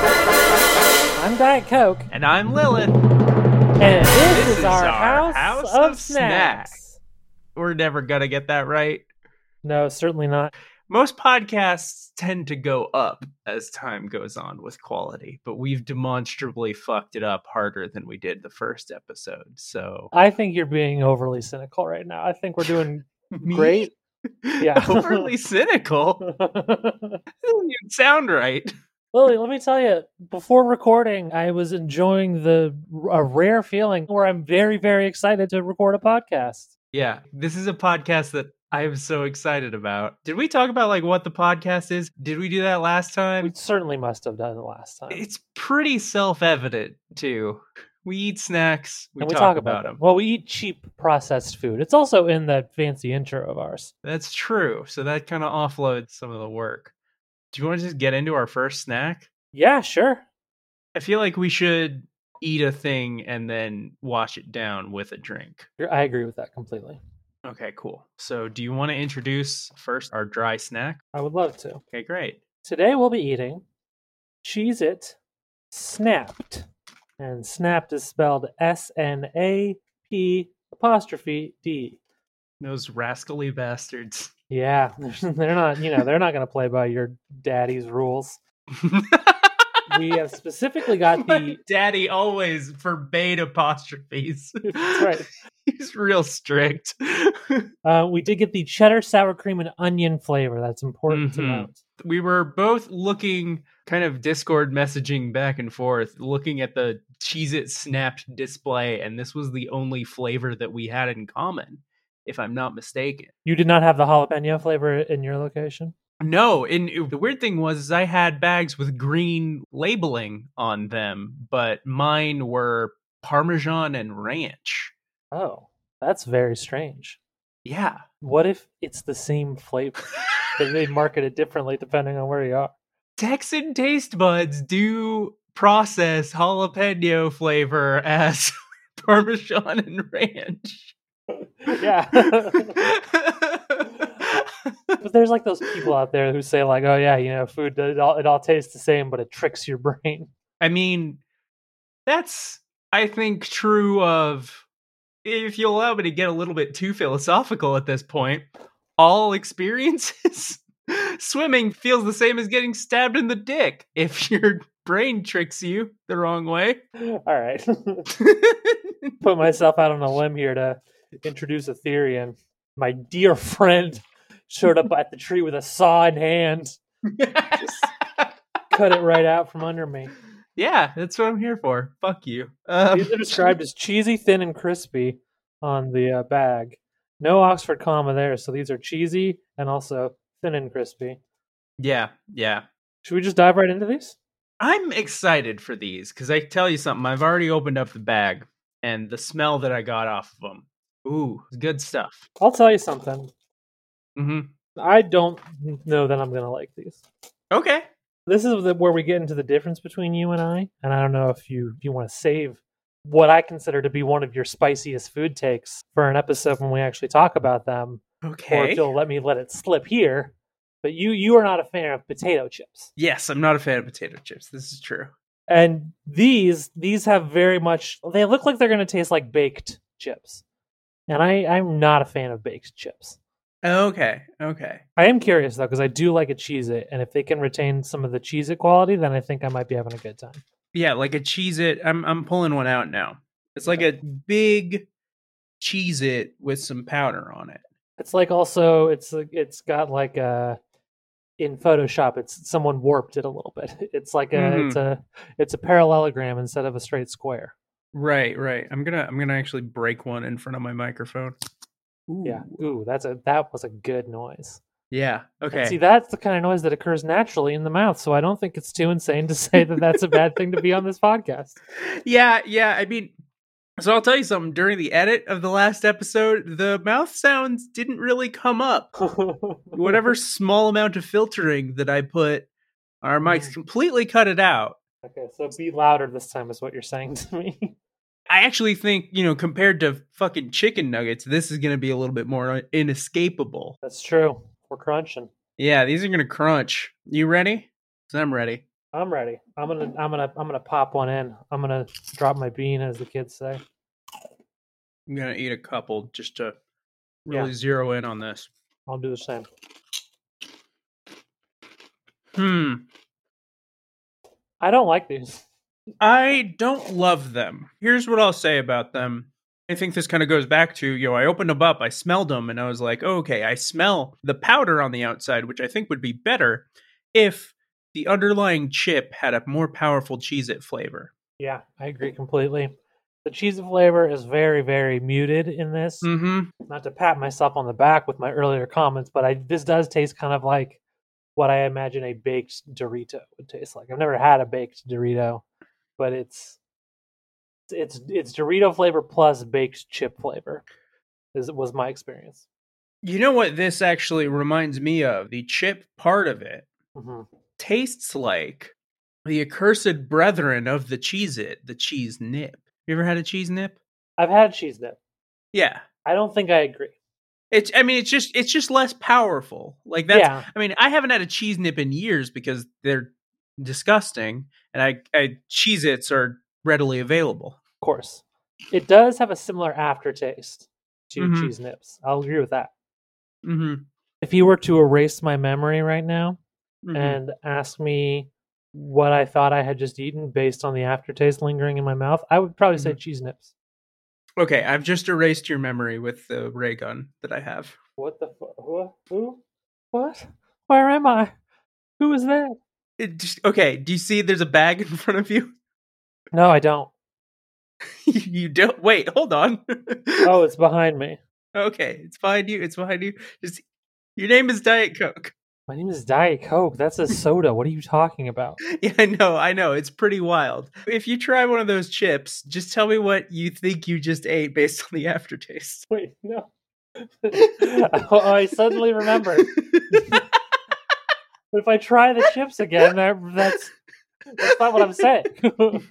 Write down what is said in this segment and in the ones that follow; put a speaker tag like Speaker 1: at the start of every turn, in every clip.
Speaker 1: I'm Diet Coke,
Speaker 2: And I'm Lilith.
Speaker 1: and this,
Speaker 2: This
Speaker 1: is, our, house, of, snacks.
Speaker 2: We're never going to get that right.
Speaker 1: No, certainly not.
Speaker 2: Most podcasts tend to go up as time goes on with quality, but we've demonstrably fucked it up harder than we did the first episode. So,
Speaker 1: I think you're being overly cynical right now. I think we're doing great. Yeah.
Speaker 2: Yeah. Overly cynical.
Speaker 1: Lily,
Speaker 2: That doesn't even sound right.
Speaker 1: let me tell you, before recording, I was enjoying the a rare feeling where I'm very, very excited to record a podcast.
Speaker 2: Yeah. This is a podcast that I am so excited about. Did we talk about like what the podcast is? Did we do that last time?
Speaker 1: We certainly must have done it last time.
Speaker 2: it's pretty self-evident too. We eat snacks. We,
Speaker 1: and
Speaker 2: talk, about them.
Speaker 1: Well, we eat cheap processed food. It's also in that fancy intro of ours.
Speaker 2: That's true. So that kind of offloads some of the work. Do you want to just get into our first snack?
Speaker 1: Yeah, sure.
Speaker 2: I feel like we should eat a thing and then wash it down with a drink.
Speaker 1: You're- I agree with that completely.
Speaker 2: Okay, cool. So do you want to introduce first our dry snack?
Speaker 1: I would love to.
Speaker 2: Okay, great.
Speaker 1: Today we'll be eating Cheese It Snapped. And snapped is spelled S N A P apostrophe D.
Speaker 2: Those rascally bastards.
Speaker 1: Yeah, they're not, you know, they're not going to play by your daddy's rules. We have specifically got
Speaker 2: My
Speaker 1: the
Speaker 2: daddy always forbade apostrophes.
Speaker 1: That's right.
Speaker 2: He's real strict.
Speaker 1: Uh, we did get the cheddar, sour cream, and onion flavor. That's important to
Speaker 2: Mhm.
Speaker 1: note.
Speaker 2: we were both looking kind of discord messaging back and forth looking at the cheese it snapped display and this was the only flavor that we had in common if i'm not mistaken
Speaker 1: You did not have the jalapeno flavor in your location.
Speaker 2: no and it- the weird thing was is i had bags with green labeling on them but mine were parmesan and ranch
Speaker 1: Oh, that's very strange.
Speaker 2: yeah
Speaker 1: What if it's the same flavor? but they market it differently depending on where you are.
Speaker 2: texan taste buds do process jalapeno flavor as parmesan and ranch
Speaker 1: yeah. but there's like those people out there who say like, "Oh yeah, you know, food it all, it all tastes the same, but it tricks your brain."
Speaker 2: I mean, that's I think true of if you allow me to get a little bit too philosophical at this point, all experiences. Swimming feels the same as getting stabbed in the dick if your brain tricks you the wrong way.
Speaker 1: All right, put myself out on a limb here to introduce a theory, and my dear friend showed up at the tree with a saw in hand, cut it right out from under me.
Speaker 2: yeah, that's what I'm here for. Fuck you. Um,
Speaker 1: These are described as cheesy, thin, and crispy on the uh, bag. No Oxford comma there, so these are cheesy and also thin and crispy.
Speaker 2: yeah, yeah.
Speaker 1: Should we just dive right into these?
Speaker 2: I'm excited for these because I tell you something. I've already opened up the bag and the smell that I got off of them. Ooh, good stuff.
Speaker 1: I'll tell you something.
Speaker 2: hmm
Speaker 1: I don't know that I'm going to like these.
Speaker 2: Okay.
Speaker 1: This is the, where we get into the difference between you and I, and I don't know if you if you want to save what I consider to be one of your spiciest food takes for an episode when we actually talk about them, or if
Speaker 2: Okay.
Speaker 1: you'll let me let it slip here. But you you are not a fan of potato chips.
Speaker 2: Yes, I'm not a fan of potato chips. This is true.
Speaker 1: and these these have very much they look like they're going to taste like baked chips and i i'm not a fan of baked chips
Speaker 2: Okay. Okay.
Speaker 1: i am curious though because i do like a cheese it and if they can retain some of the cheese it quality then i think i might be having a good time
Speaker 2: Yeah, like a cheese it. I'm I'm pulling one out now. It's like a big cheese it with some powder on it.
Speaker 1: it's like also it's like it's got like a in photoshop it's someone warped it a little bit it's like a it's a it's a parallelogram instead of a straight square
Speaker 2: Right, right. I'm gonna I'm gonna actually break one in front of my microphone.
Speaker 1: yeah ooh that's a that was a good noise
Speaker 2: Yeah.
Speaker 1: And see,
Speaker 2: Okay.
Speaker 1: that's the kind of noise that occurs naturally in the mouth. So I don't think it's too insane to say that that's a bad thing to be on this podcast.
Speaker 2: Yeah, yeah. I mean so I'll tell you something, during the edit of the last episode, the mouth sounds didn't really come up. Whatever small amount of filtering that I put, our mics completely cut it out.
Speaker 1: Okay, so be louder this time is what you're saying to me.
Speaker 2: I actually think, you know, compared to fucking chicken nuggets, this is going to be a little bit more uh, inescapable.
Speaker 1: That's true. We're crunching.
Speaker 2: Yeah, these are going to crunch. You ready? 'Cause I'm ready.
Speaker 1: I'm ready. I'm gonna, I'm gonna, I'm gonna pop one in. I'm gonna drop my bean, as the kids say.
Speaker 2: I'm going to eat a couple just to
Speaker 1: Yeah.
Speaker 2: really zero in on this.
Speaker 1: I'll do the same.
Speaker 2: Hmm.
Speaker 1: I don't like these.
Speaker 2: I don't love them. Here's what I'll say about them. I think this kind of goes back to, you know, I opened them up, I smelled them, and I was like, oh, okay, I smell the powder on the outside, which I think would be better if the underlying chip had a more powerful Cheez It flavor.
Speaker 1: Yeah, I agree completely. The cheese flavor is very, very muted in this.
Speaker 2: Mm hmm.
Speaker 1: not to pat myself on the back with my earlier comments, but I this does taste kind of like what I imagine a baked Dorito would taste like. I've never had a baked Dorito, but it's it's it's Dorito flavor plus baked chip flavor. Is was my experience.
Speaker 2: You know what this actually reminds me of? The chip part of it
Speaker 1: Mhm.
Speaker 2: tastes like the accursed brethren of the Cheez It, the cheese nip. You ever had a cheese nip?
Speaker 1: I've had cheese dip.
Speaker 2: Yeah.
Speaker 1: I don't think I agree.
Speaker 2: It's I mean it's just it's just less powerful. Like that's
Speaker 1: yeah,
Speaker 2: I mean, I haven't had a cheese nip in years because they're disgusting and I, I Cheez Its are readily available.
Speaker 1: of course. It does have a similar aftertaste to
Speaker 2: Mhm.
Speaker 1: cheese nips. I'll agree with that.
Speaker 2: Mm-hmm.
Speaker 1: If you were to erase my memory right now, and ask me what I thought I had just eaten based on the aftertaste lingering in my mouth, I would probably say
Speaker 2: Mhm.
Speaker 1: cheese nips.
Speaker 2: okay, I've just erased your memory with the ray gun that I have.
Speaker 1: What the fuck? Who? What? Where am I? Who is that?
Speaker 2: It just, okay, do you see there's a bag in front of you?
Speaker 1: No, I don't.
Speaker 2: you don't wait hold on
Speaker 1: Oh, it's behind me.
Speaker 2: okay it's behind you it's behind you just your name is diet coke
Speaker 1: My name is Diet Coke. That's a soda. What are you talking about?
Speaker 2: yeah i know i know it's pretty wild if you try one of those chips just tell me what you think you just ate based on the aftertaste
Speaker 1: Wait, no. oh, I suddenly remembered. If I try the chips again, that, that's that's not what I'm saying.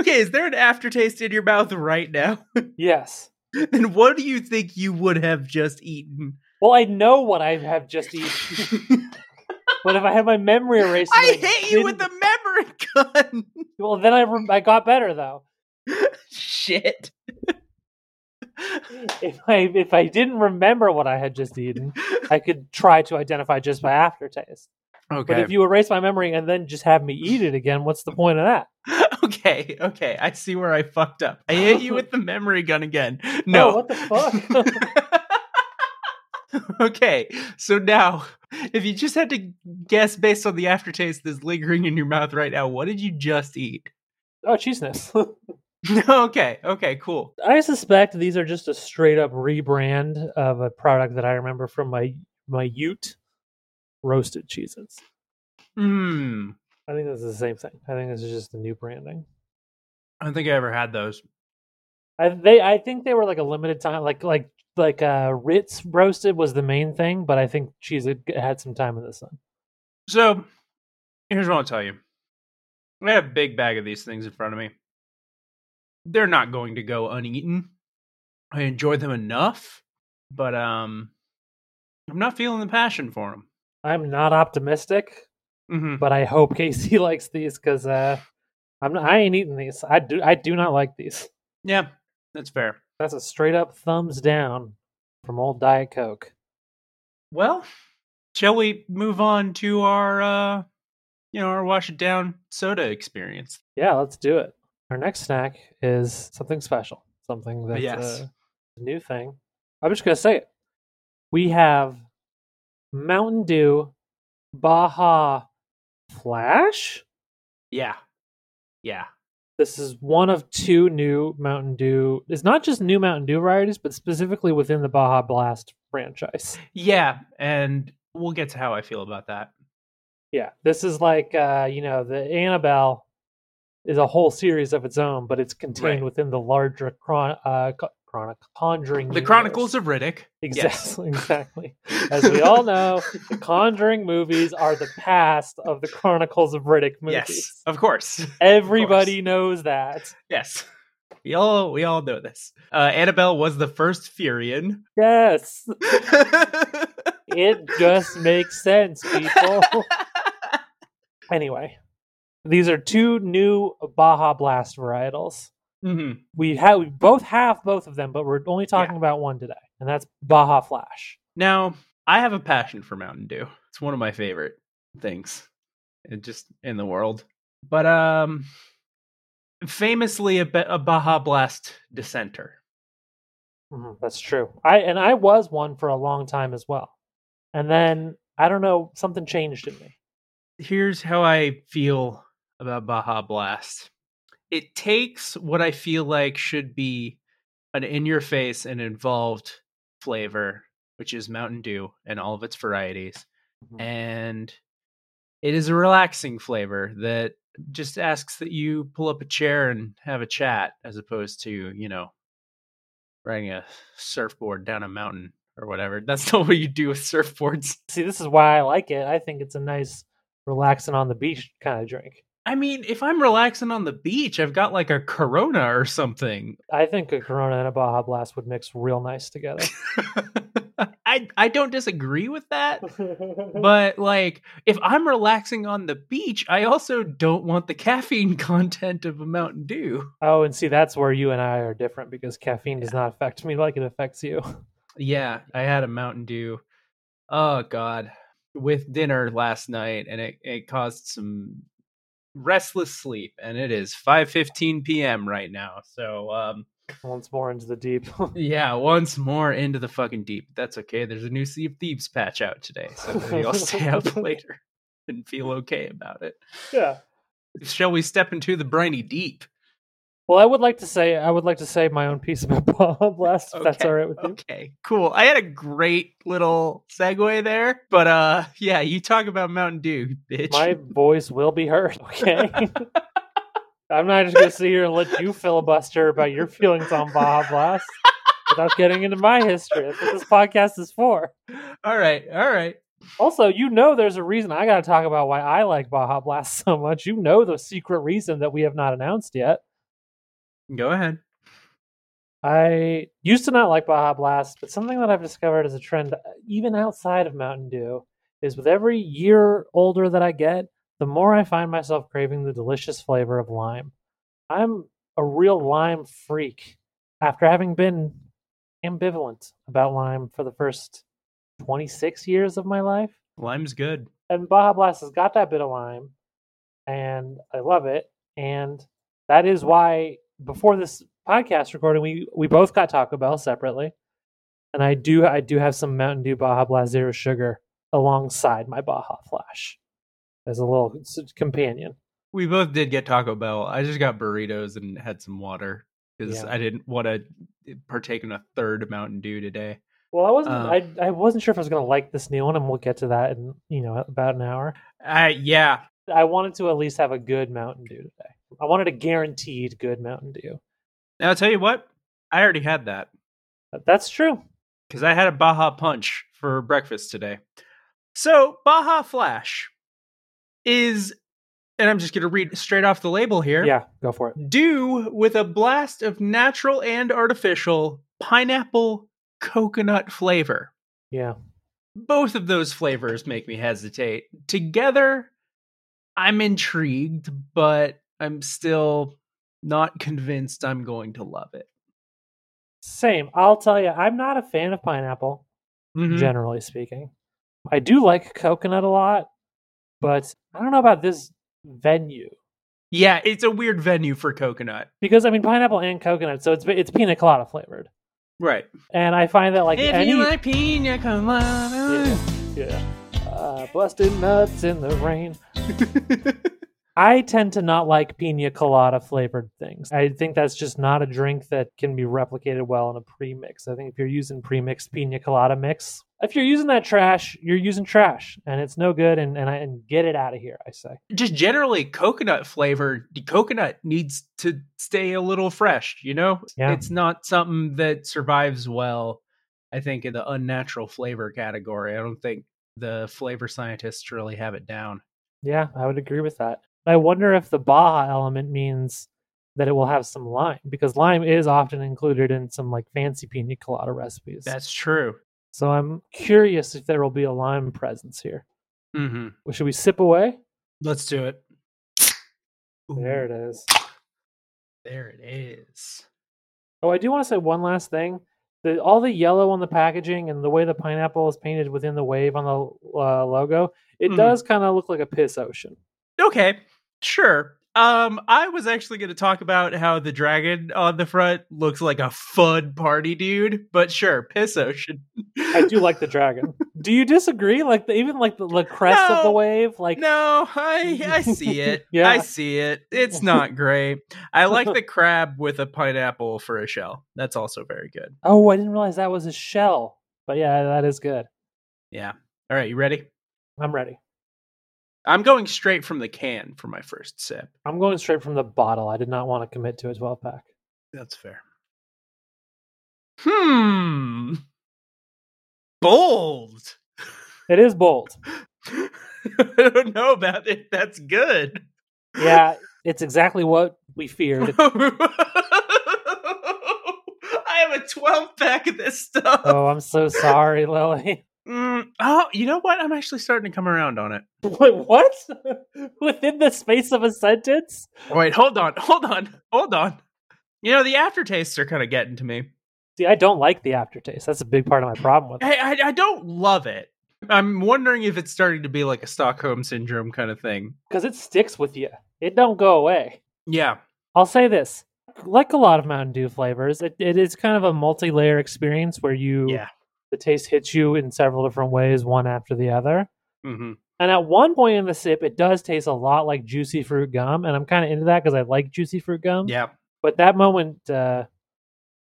Speaker 2: okay is there an aftertaste in your mouth right now
Speaker 1: yes.
Speaker 2: then what do you think you would have just eaten
Speaker 1: Well, I know what I have just eaten. But if I had my memory erased, and
Speaker 2: i hit you with the
Speaker 1: didn't-
Speaker 2: memory gun
Speaker 1: Well, then I rem- I got better though.
Speaker 2: shit
Speaker 1: If I if I didn't remember what I had just eaten, I could try to identify just by aftertaste.
Speaker 2: okay
Speaker 1: But if you erase my memory and then just have me eat it again, what's the point of that?
Speaker 2: okay, okay. I see where I fucked up. I hit you with the memory gun again. No.
Speaker 1: Oh, what the Oh, fuck?
Speaker 2: okay, so now, if you just had to guess based on the aftertaste that's lingering in your mouth right now, what did you just eat?
Speaker 1: Oh, cheeseness.
Speaker 2: okay, okay, cool.
Speaker 1: I suspect these are just a straight up rebrand of a product that I remember from my my Ute roasted cheeses.
Speaker 2: Mmm.
Speaker 1: I think this is the same thing. I think this is just the new branding.
Speaker 2: I don't think I ever had those.
Speaker 1: I they I think they were like a limited time, like like like uh Ritz roasted was the main thing, but I think cheese had, had some time in the sun.
Speaker 2: So, here's what I'll tell you. I have a big bag of these things in front of me. They're not going to go uneaten. I enjoy them enough, but um, I'm not feeling the passion for them.
Speaker 1: I'm not optimistic,
Speaker 2: Mm-hmm.
Speaker 1: but I hope Casey likes these because uh, I'm not, I ain't eating these. I do I do not like these.
Speaker 2: Yeah, that's fair.
Speaker 1: That's a straight up thumbs down from old Diet Coke.
Speaker 2: Well, shall we move on to our, uh, you know, our wash it down soda experience?
Speaker 1: Yeah, let's do it. Our next snack is something special, something that's
Speaker 2: Yes.
Speaker 1: uh, a new thing. I'm just gonna say it. We have Mountain Dew Baja Flash.
Speaker 2: Yeah, yeah.
Speaker 1: This is one of two new Mountain Dew. It's not just new Mountain Dew varieties, but specifically within the Baja Blast franchise.
Speaker 2: Yeah, and we'll get to how I feel about that.
Speaker 1: Yeah, this is like uh, you know the Annabelle is a whole series of its own, but it's contained
Speaker 2: Right.
Speaker 1: within the larger chron- uh, co- chronic conjuring.
Speaker 2: The
Speaker 1: universe.
Speaker 2: Chronicles of Riddick.
Speaker 1: exactly, exactly. As we all know, the Conjuring movies are the past of the Chronicles of Riddick movies.
Speaker 2: Yes, of course.
Speaker 1: Everybody knows that.
Speaker 2: Yes. We all we all know this. Uh, Annabelle was the first Furian.
Speaker 1: Yes, it just makes sense, people. anyway, these are two new Baja Blast varietals.
Speaker 2: hmm
Speaker 1: we have we both have both of them, but we're only talking
Speaker 2: Yeah.
Speaker 1: about one today, and that's Baja Flash.
Speaker 2: Now, I have a passion for Mountain Dew. It's one of my favorite things, it just in the world. But um, famously a, Ba- a Baja Blast dissenter.
Speaker 1: That's true. I and I was one for a long time as well, and then I don't know something changed in me.
Speaker 2: here's how I feel about Baja Blast. It takes what I feel like should be an in your face and involved flavor, which is Mountain Dew and all of its varieties.
Speaker 1: Mhm.
Speaker 2: And it is a relaxing flavor that just asks that you pull up a chair and have a chat as opposed to, you know, riding a surfboard down a mountain or whatever. That's not what you do with surfboards.
Speaker 1: See, this is why I like it. I think it's a nice, relaxing on the beach kind of drink.
Speaker 2: I mean, if I'm relaxing on the beach, I've got like a Corona or something.
Speaker 1: I think a Corona and a Baja Blast would mix real nice together.
Speaker 2: I I don't disagree with that,
Speaker 1: but
Speaker 2: but like if I'm relaxing on the beach, I also don't want the caffeine content of a Mountain Dew.
Speaker 1: oh, and see, that's where you and I are different because caffeine does not affect me like it affects you.
Speaker 2: Yeah, I had a Mountain Dew. Oh god, with dinner last night and it it caused some restless sleep and it is 5:15 p.m. right now. So, um
Speaker 1: Once more into the deep.
Speaker 2: Yeah, once more into the fucking deep. That's okay. There's a new Sea of Thieves patch out today, so maybe I'll stay up later and feel okay about it.
Speaker 1: yeah.
Speaker 2: Shall we step into the briny deep?
Speaker 1: Well, I would like to say I would like to say my own piece about Baja Blast. If That's
Speaker 2: Okay,
Speaker 1: all right with you.
Speaker 2: Okay, cool. I had a great little segue there, but uh, yeah, you talk about Mountain Dew, bitch.
Speaker 1: My voice will be heard. Okay. I'm not just gonna sit here and let you filibuster about your feelings on Baja Blast without getting into my history. That's what this podcast is for.
Speaker 2: all right, all right.
Speaker 1: Also, you know there's a reason I gotta talk about why I like Baja Blast so much. You know the secret reason that we have not announced yet.
Speaker 2: Go ahead.
Speaker 1: I used to not like Baja Blast, but something that I've discovered as a trend, uh, even outside of Mountain Dew, is with every year older that I get, the more I find myself craving the delicious flavor of lime. I'm a real lime freak after having been ambivalent about lime for the first 26 years of my life.
Speaker 2: Lime's good.
Speaker 1: And Baja Blast has got that bit of lime, and I love it. And that is why before this podcast recording, we we both got Taco Bell separately, and I do I do have some Mountain Dew Baja Blast Zero Sugar alongside my Baja Flash as a little s- companion.
Speaker 2: We both did get Taco Bell. I just got burritos and had some water because
Speaker 1: Yeah.
Speaker 2: I didn't want to partake in a third Mountain Dew today.
Speaker 1: Well, I wasn't
Speaker 2: Um,
Speaker 1: I I wasn't sure if I was going to like this new one, and we'll get to that in you know about an hour.
Speaker 2: Uh, yeah,
Speaker 1: I wanted to at least have a good Mountain Dew today. I wanted a guaranteed good Mountain Dew.
Speaker 2: now I'll tell you what, I already had that
Speaker 1: But That's true.
Speaker 2: because I had a Baja Punch for breakfast today. So Baja Flash is, and I'm just going to read straight off the label here.
Speaker 1: Yeah, go for it.
Speaker 2: Dew with a blast of natural and artificial pineapple coconut flavor.
Speaker 1: Yeah,
Speaker 2: both of those flavors make me hesitate. Together, I'm intrigued, but I'm still not convinced I'm going to love it.
Speaker 1: same. I'll tell you, I'm not a fan of pineapple.
Speaker 2: Gen-
Speaker 1: generally speaking. I do like coconut a lot, but I don't know about this venue
Speaker 2: Yeah, it's a weird venue for coconut.
Speaker 1: because I mean pineapple and coconut, so it's it's pina colada flavored,
Speaker 2: Right.
Speaker 1: and I find that like
Speaker 2: if
Speaker 1: any
Speaker 2: you like pina colada.
Speaker 1: yeah, uh, busted nuts in the rain. I tend to not like pina colada flavored things. I think that's just not a drink that can be replicated well in a premix. I think if you're using premixed pina colada mix, if you're using that trash, you're using trash, and it's no good. And and, I, and get it out of here, I say.
Speaker 2: Just generally, coconut flavor, the coconut needs to stay a little fresh, you know?
Speaker 1: Yeah.
Speaker 2: It's not something that survives well, I think, in the unnatural flavor category. I don't think the flavor scientists really have it down.
Speaker 1: Yeah, I would agree with that. I wonder if the Baja element means that it will have some lime because lime is often included in some like fancy pina colada recipes.
Speaker 2: That's true.
Speaker 1: so I'm curious if there will be a lime presence here.
Speaker 2: Mm-hmm.
Speaker 1: Well, Should we sip away?
Speaker 2: Let's do it. Ooh,
Speaker 1: There it is.
Speaker 2: There it is.
Speaker 1: Oh, I do want to say one last thing. The, all the yellow on the packaging and the way the pineapple is painted within the wave on the uh, logo, it
Speaker 2: Mhm.
Speaker 1: does kind of look like a piss ocean.
Speaker 2: Okay, sure. Um, I was actually going to talk about how the dragon on the front looks like a fud party dude, but sure, piss ocean.
Speaker 1: I do like the dragon. do you disagree? Like the, even like the, the crest of the
Speaker 2: No.
Speaker 1: wave, like
Speaker 2: no, I I see it.
Speaker 1: Yeah.
Speaker 2: I see it. It's not great. I like the crab with a pineapple for a shell. That's also very good.
Speaker 1: Oh, I didn't realize that was a shell. But yeah, that is good.
Speaker 2: Yeah. All right, you ready?
Speaker 1: I'm ready.
Speaker 2: I'm going straight from the can for my first sip.
Speaker 1: I'm going straight from the bottle. I did not want to commit to a 12 pack.
Speaker 2: That's fair. Hmm. Bold.
Speaker 1: It is bold.
Speaker 2: I don't know about it. That's good.
Speaker 1: Yeah, it's exactly what we feared.
Speaker 2: I have a 12 pack of this stuff.
Speaker 1: Oh, I'm so sorry, Lily.
Speaker 2: Mm, oh, you know what? I'm actually starting to come around on it.
Speaker 1: Wait, what? Within the space of a sentence?
Speaker 2: Oh, Wait, hold on. Hold on. Hold on. You know, the aftertastes are kind of getting to me.
Speaker 1: See, I don't like the aftertaste. That's a big part of my problem with it.
Speaker 2: I, I, I don't love it. I'm wondering if it's starting to be like a Stockholm syndrome kind of thing.
Speaker 1: Because it sticks with you. It don't go away.
Speaker 2: Yeah.
Speaker 1: I'll say this. Like a lot of Mountain Dew flavors, it, it is kind of a multi-layer experience where you
Speaker 2: Yeah.
Speaker 1: the taste hits you in several different ways, one after the other.
Speaker 2: hmm
Speaker 1: And at one point in the sip, it does taste a lot like juicy fruit gum, and I'm kind of into that because I like juicy fruit gum.
Speaker 2: Yeah.
Speaker 1: But that moment, uh,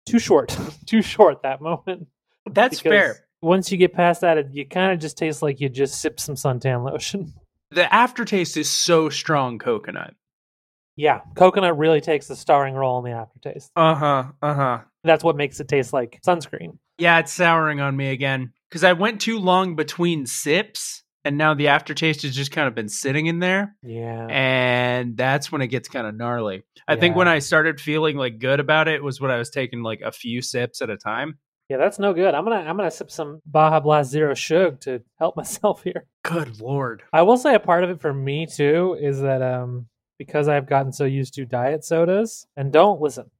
Speaker 1: too short, too short. That moment.
Speaker 2: That's
Speaker 1: Because
Speaker 2: fair.
Speaker 1: Once you get past that, it, you kind of just taste like you just sipped some suntan lotion.
Speaker 2: The aftertaste is so strong coconut.
Speaker 1: Yeah, coconut really takes the starring role in the aftertaste.
Speaker 2: Uh huh. Uh huh.
Speaker 1: That's what makes it taste like sunscreen.
Speaker 2: Yeah, it's souring on me again because I went too long between sips, and now the aftertaste has just kind of been sitting in there,
Speaker 1: Yeah,
Speaker 2: and that's when it gets kind of gnarly. I think
Speaker 1: Yeah.
Speaker 2: when I started feeling like good about it was when I was taking like a few sips at a time.
Speaker 1: yeah, that's no good. I'm gonna I'm gonna sip some Baja Blast Zero Sugar to help myself here.
Speaker 2: Good lord.
Speaker 1: I will say a part of it for me too is that um because I've gotten so used to diet sodas and don't listen,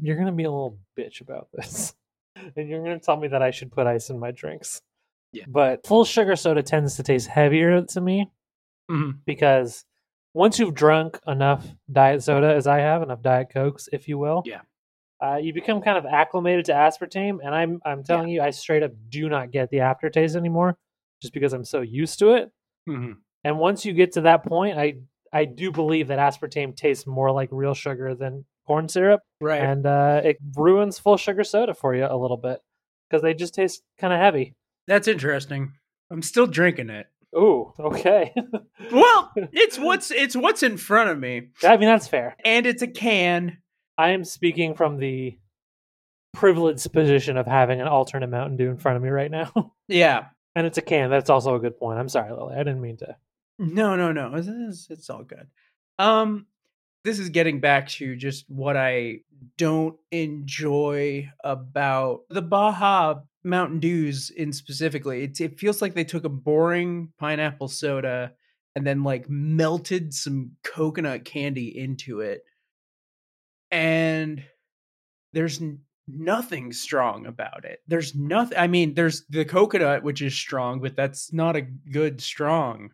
Speaker 1: you're gonna be a little bitch about this. And you're gonna tell me that I should put ice in my drinks.
Speaker 2: Yeah.
Speaker 1: But full sugar soda tends to taste heavier to me
Speaker 2: Mhm.
Speaker 1: because once you've drunk enough diet soda as I have, enough diet cokes, if you will,
Speaker 2: Yeah.
Speaker 1: Uh, you become kind of acclimated to aspartame, and I'm I'm telling you, I straight up do not get the aftertaste anymore, just because I'm so used to it.
Speaker 2: Mhm.
Speaker 1: And once you get to that point, I I do believe that aspartame tastes more like real sugar than corn syrup,
Speaker 2: Right.
Speaker 1: and uh, it ruins full sugar soda for you a little bit because they just taste kind of heavy.
Speaker 2: That's interesting. I'm still drinking it.
Speaker 1: Ooh, okay.
Speaker 2: Well, it's what's it's what's in front of me.
Speaker 1: I mean that's fair.
Speaker 2: And it's a can.
Speaker 1: I am speaking from the privileged position of having an alternate Mountain Dew in front of me right now.
Speaker 2: Yeah.
Speaker 1: and it's a can. That's also a good point. I'm sorry, Lily. I didn't mean to.
Speaker 2: No, no, no. It's, it's, it's all good. Um this is getting back to just what I don't enjoy about the Baja Mountain Dews in specifically. It, it feels like they took a boring pineapple soda and then like melted some coconut candy into it. And there's n- nothing strong about it. There's nothing. I mean, there's the coconut, which is strong, but that's not a good strong.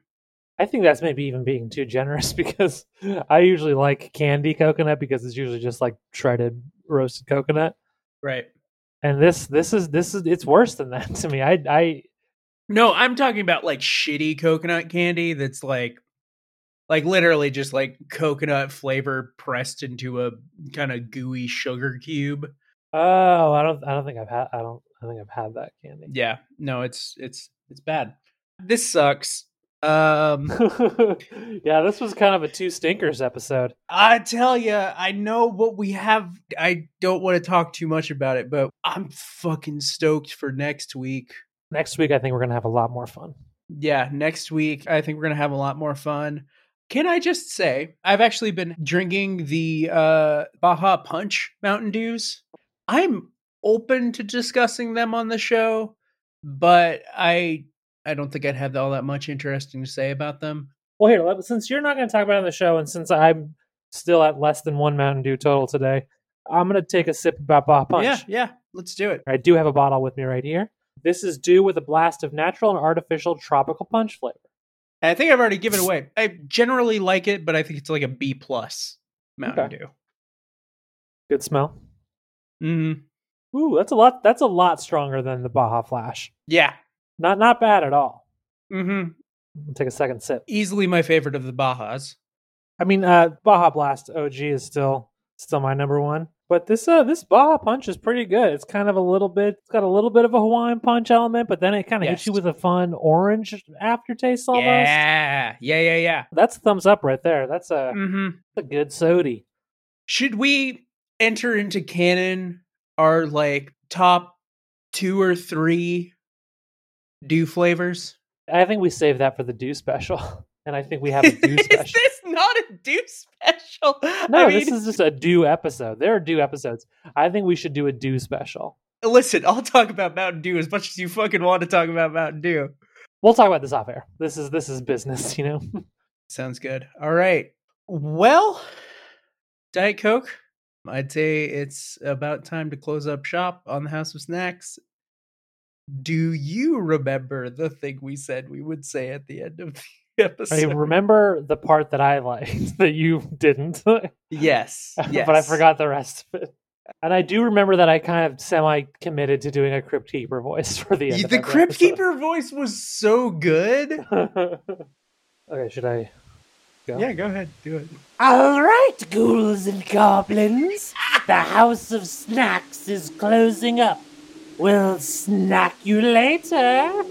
Speaker 1: I think that's maybe even being too generous because I usually like candy coconut because it's usually just like shredded roasted coconut.
Speaker 2: Right.
Speaker 1: And this this is this is it's worse than that to me. I I
Speaker 2: No, I'm talking about like shitty coconut candy that's like like literally just like coconut flavor pressed into a kind of gooey sugar cube.
Speaker 1: oh I don't I don't think I've had I don't I think I've had that candy.
Speaker 2: Yeah. No, it's it's it's bad. This sucks. Um
Speaker 1: yeah, this was kind of a two stinkers episode.
Speaker 2: I tell you, I know what we have. I don't want to talk too much about it, but I'm fucking stoked for next week.
Speaker 1: Next week I think we're gonna have a lot more fun.
Speaker 2: Yeah, next week I think we're going to have a lot more fun. Can I just say, I've actually been drinking the uh Baja Punch Mountain Dews. I'm open to discussing them on the show, but I I don't think I'd have all that much interesting to say about them.
Speaker 1: Well, here, let- since you're not going to talk about it on the show, and since I'm still at less than one Mountain Dew total today, I'm going to take a sip about Baja Punch.
Speaker 2: Yeah, yeah, let's do it.
Speaker 1: I do have a bottle with me right here. This is due with a blast of natural and artificial tropical punch flavor.
Speaker 2: And I think I've already given it away. I generally like it, but I think it's like a B plus Mountain
Speaker 1: Okay.
Speaker 2: Dew.
Speaker 1: Good smell.
Speaker 2: hmm
Speaker 1: Ooh, that's a lot. That's a lot stronger than the Baja Flash.
Speaker 2: Yeah.
Speaker 1: Not not bad at all.
Speaker 2: hmm
Speaker 1: I'll take a second sip.
Speaker 2: Easily my favorite of the Bajas.
Speaker 1: I mean, uh, Baja Blast OG is still still my number one, but this uh this Baja Punch is pretty good. It's kind of a little bit, it's got a little bit of a Hawaiian Punch element, but then it kind of hits you
Speaker 2: Yes.
Speaker 1: with a fun orange aftertaste almost.
Speaker 2: Yeah. Yeah, yeah, yeah.
Speaker 1: That's a thumbs up right there. That's a,
Speaker 2: hmm
Speaker 1: that's a good sody.
Speaker 2: Should we enter into canon our like top two or three dew flavors?
Speaker 1: I think we saved that for the Dew special, and I think we have a
Speaker 2: Is
Speaker 1: Dew special.
Speaker 2: this not a dew special?
Speaker 1: No,
Speaker 2: I mean,
Speaker 1: this is just a Dew episode. There are Dew episodes. I think we should do a Dew special.
Speaker 2: listen, I'll talk about Mountain Dew as much as you fucking want to talk about Mountain Dew.
Speaker 1: We'll talk about this off air. This is this is business, you know.
Speaker 2: Sounds good. All right. Well, Diet Coke, I'd say it's about time to close up shop on the House of Snacks. Do you remember the thing we said we would say at the end of the
Speaker 1: I
Speaker 2: episode?
Speaker 1: remember the part that I liked that you didn't,
Speaker 2: Yes. yes.
Speaker 1: but I forgot the rest of it. And I do remember that I kind of semi committed to doing a Crypt Keeper voice for the end.
Speaker 2: You-
Speaker 1: of
Speaker 2: the
Speaker 1: every
Speaker 2: Crypt
Speaker 1: episode.
Speaker 2: Keeper voice was so good.
Speaker 1: okay, should I? Yeah.
Speaker 2: Yeah, go ahead. Do it.
Speaker 3: All right, ghouls and goblins, the House of Snacks is closing up. We'll snack you later.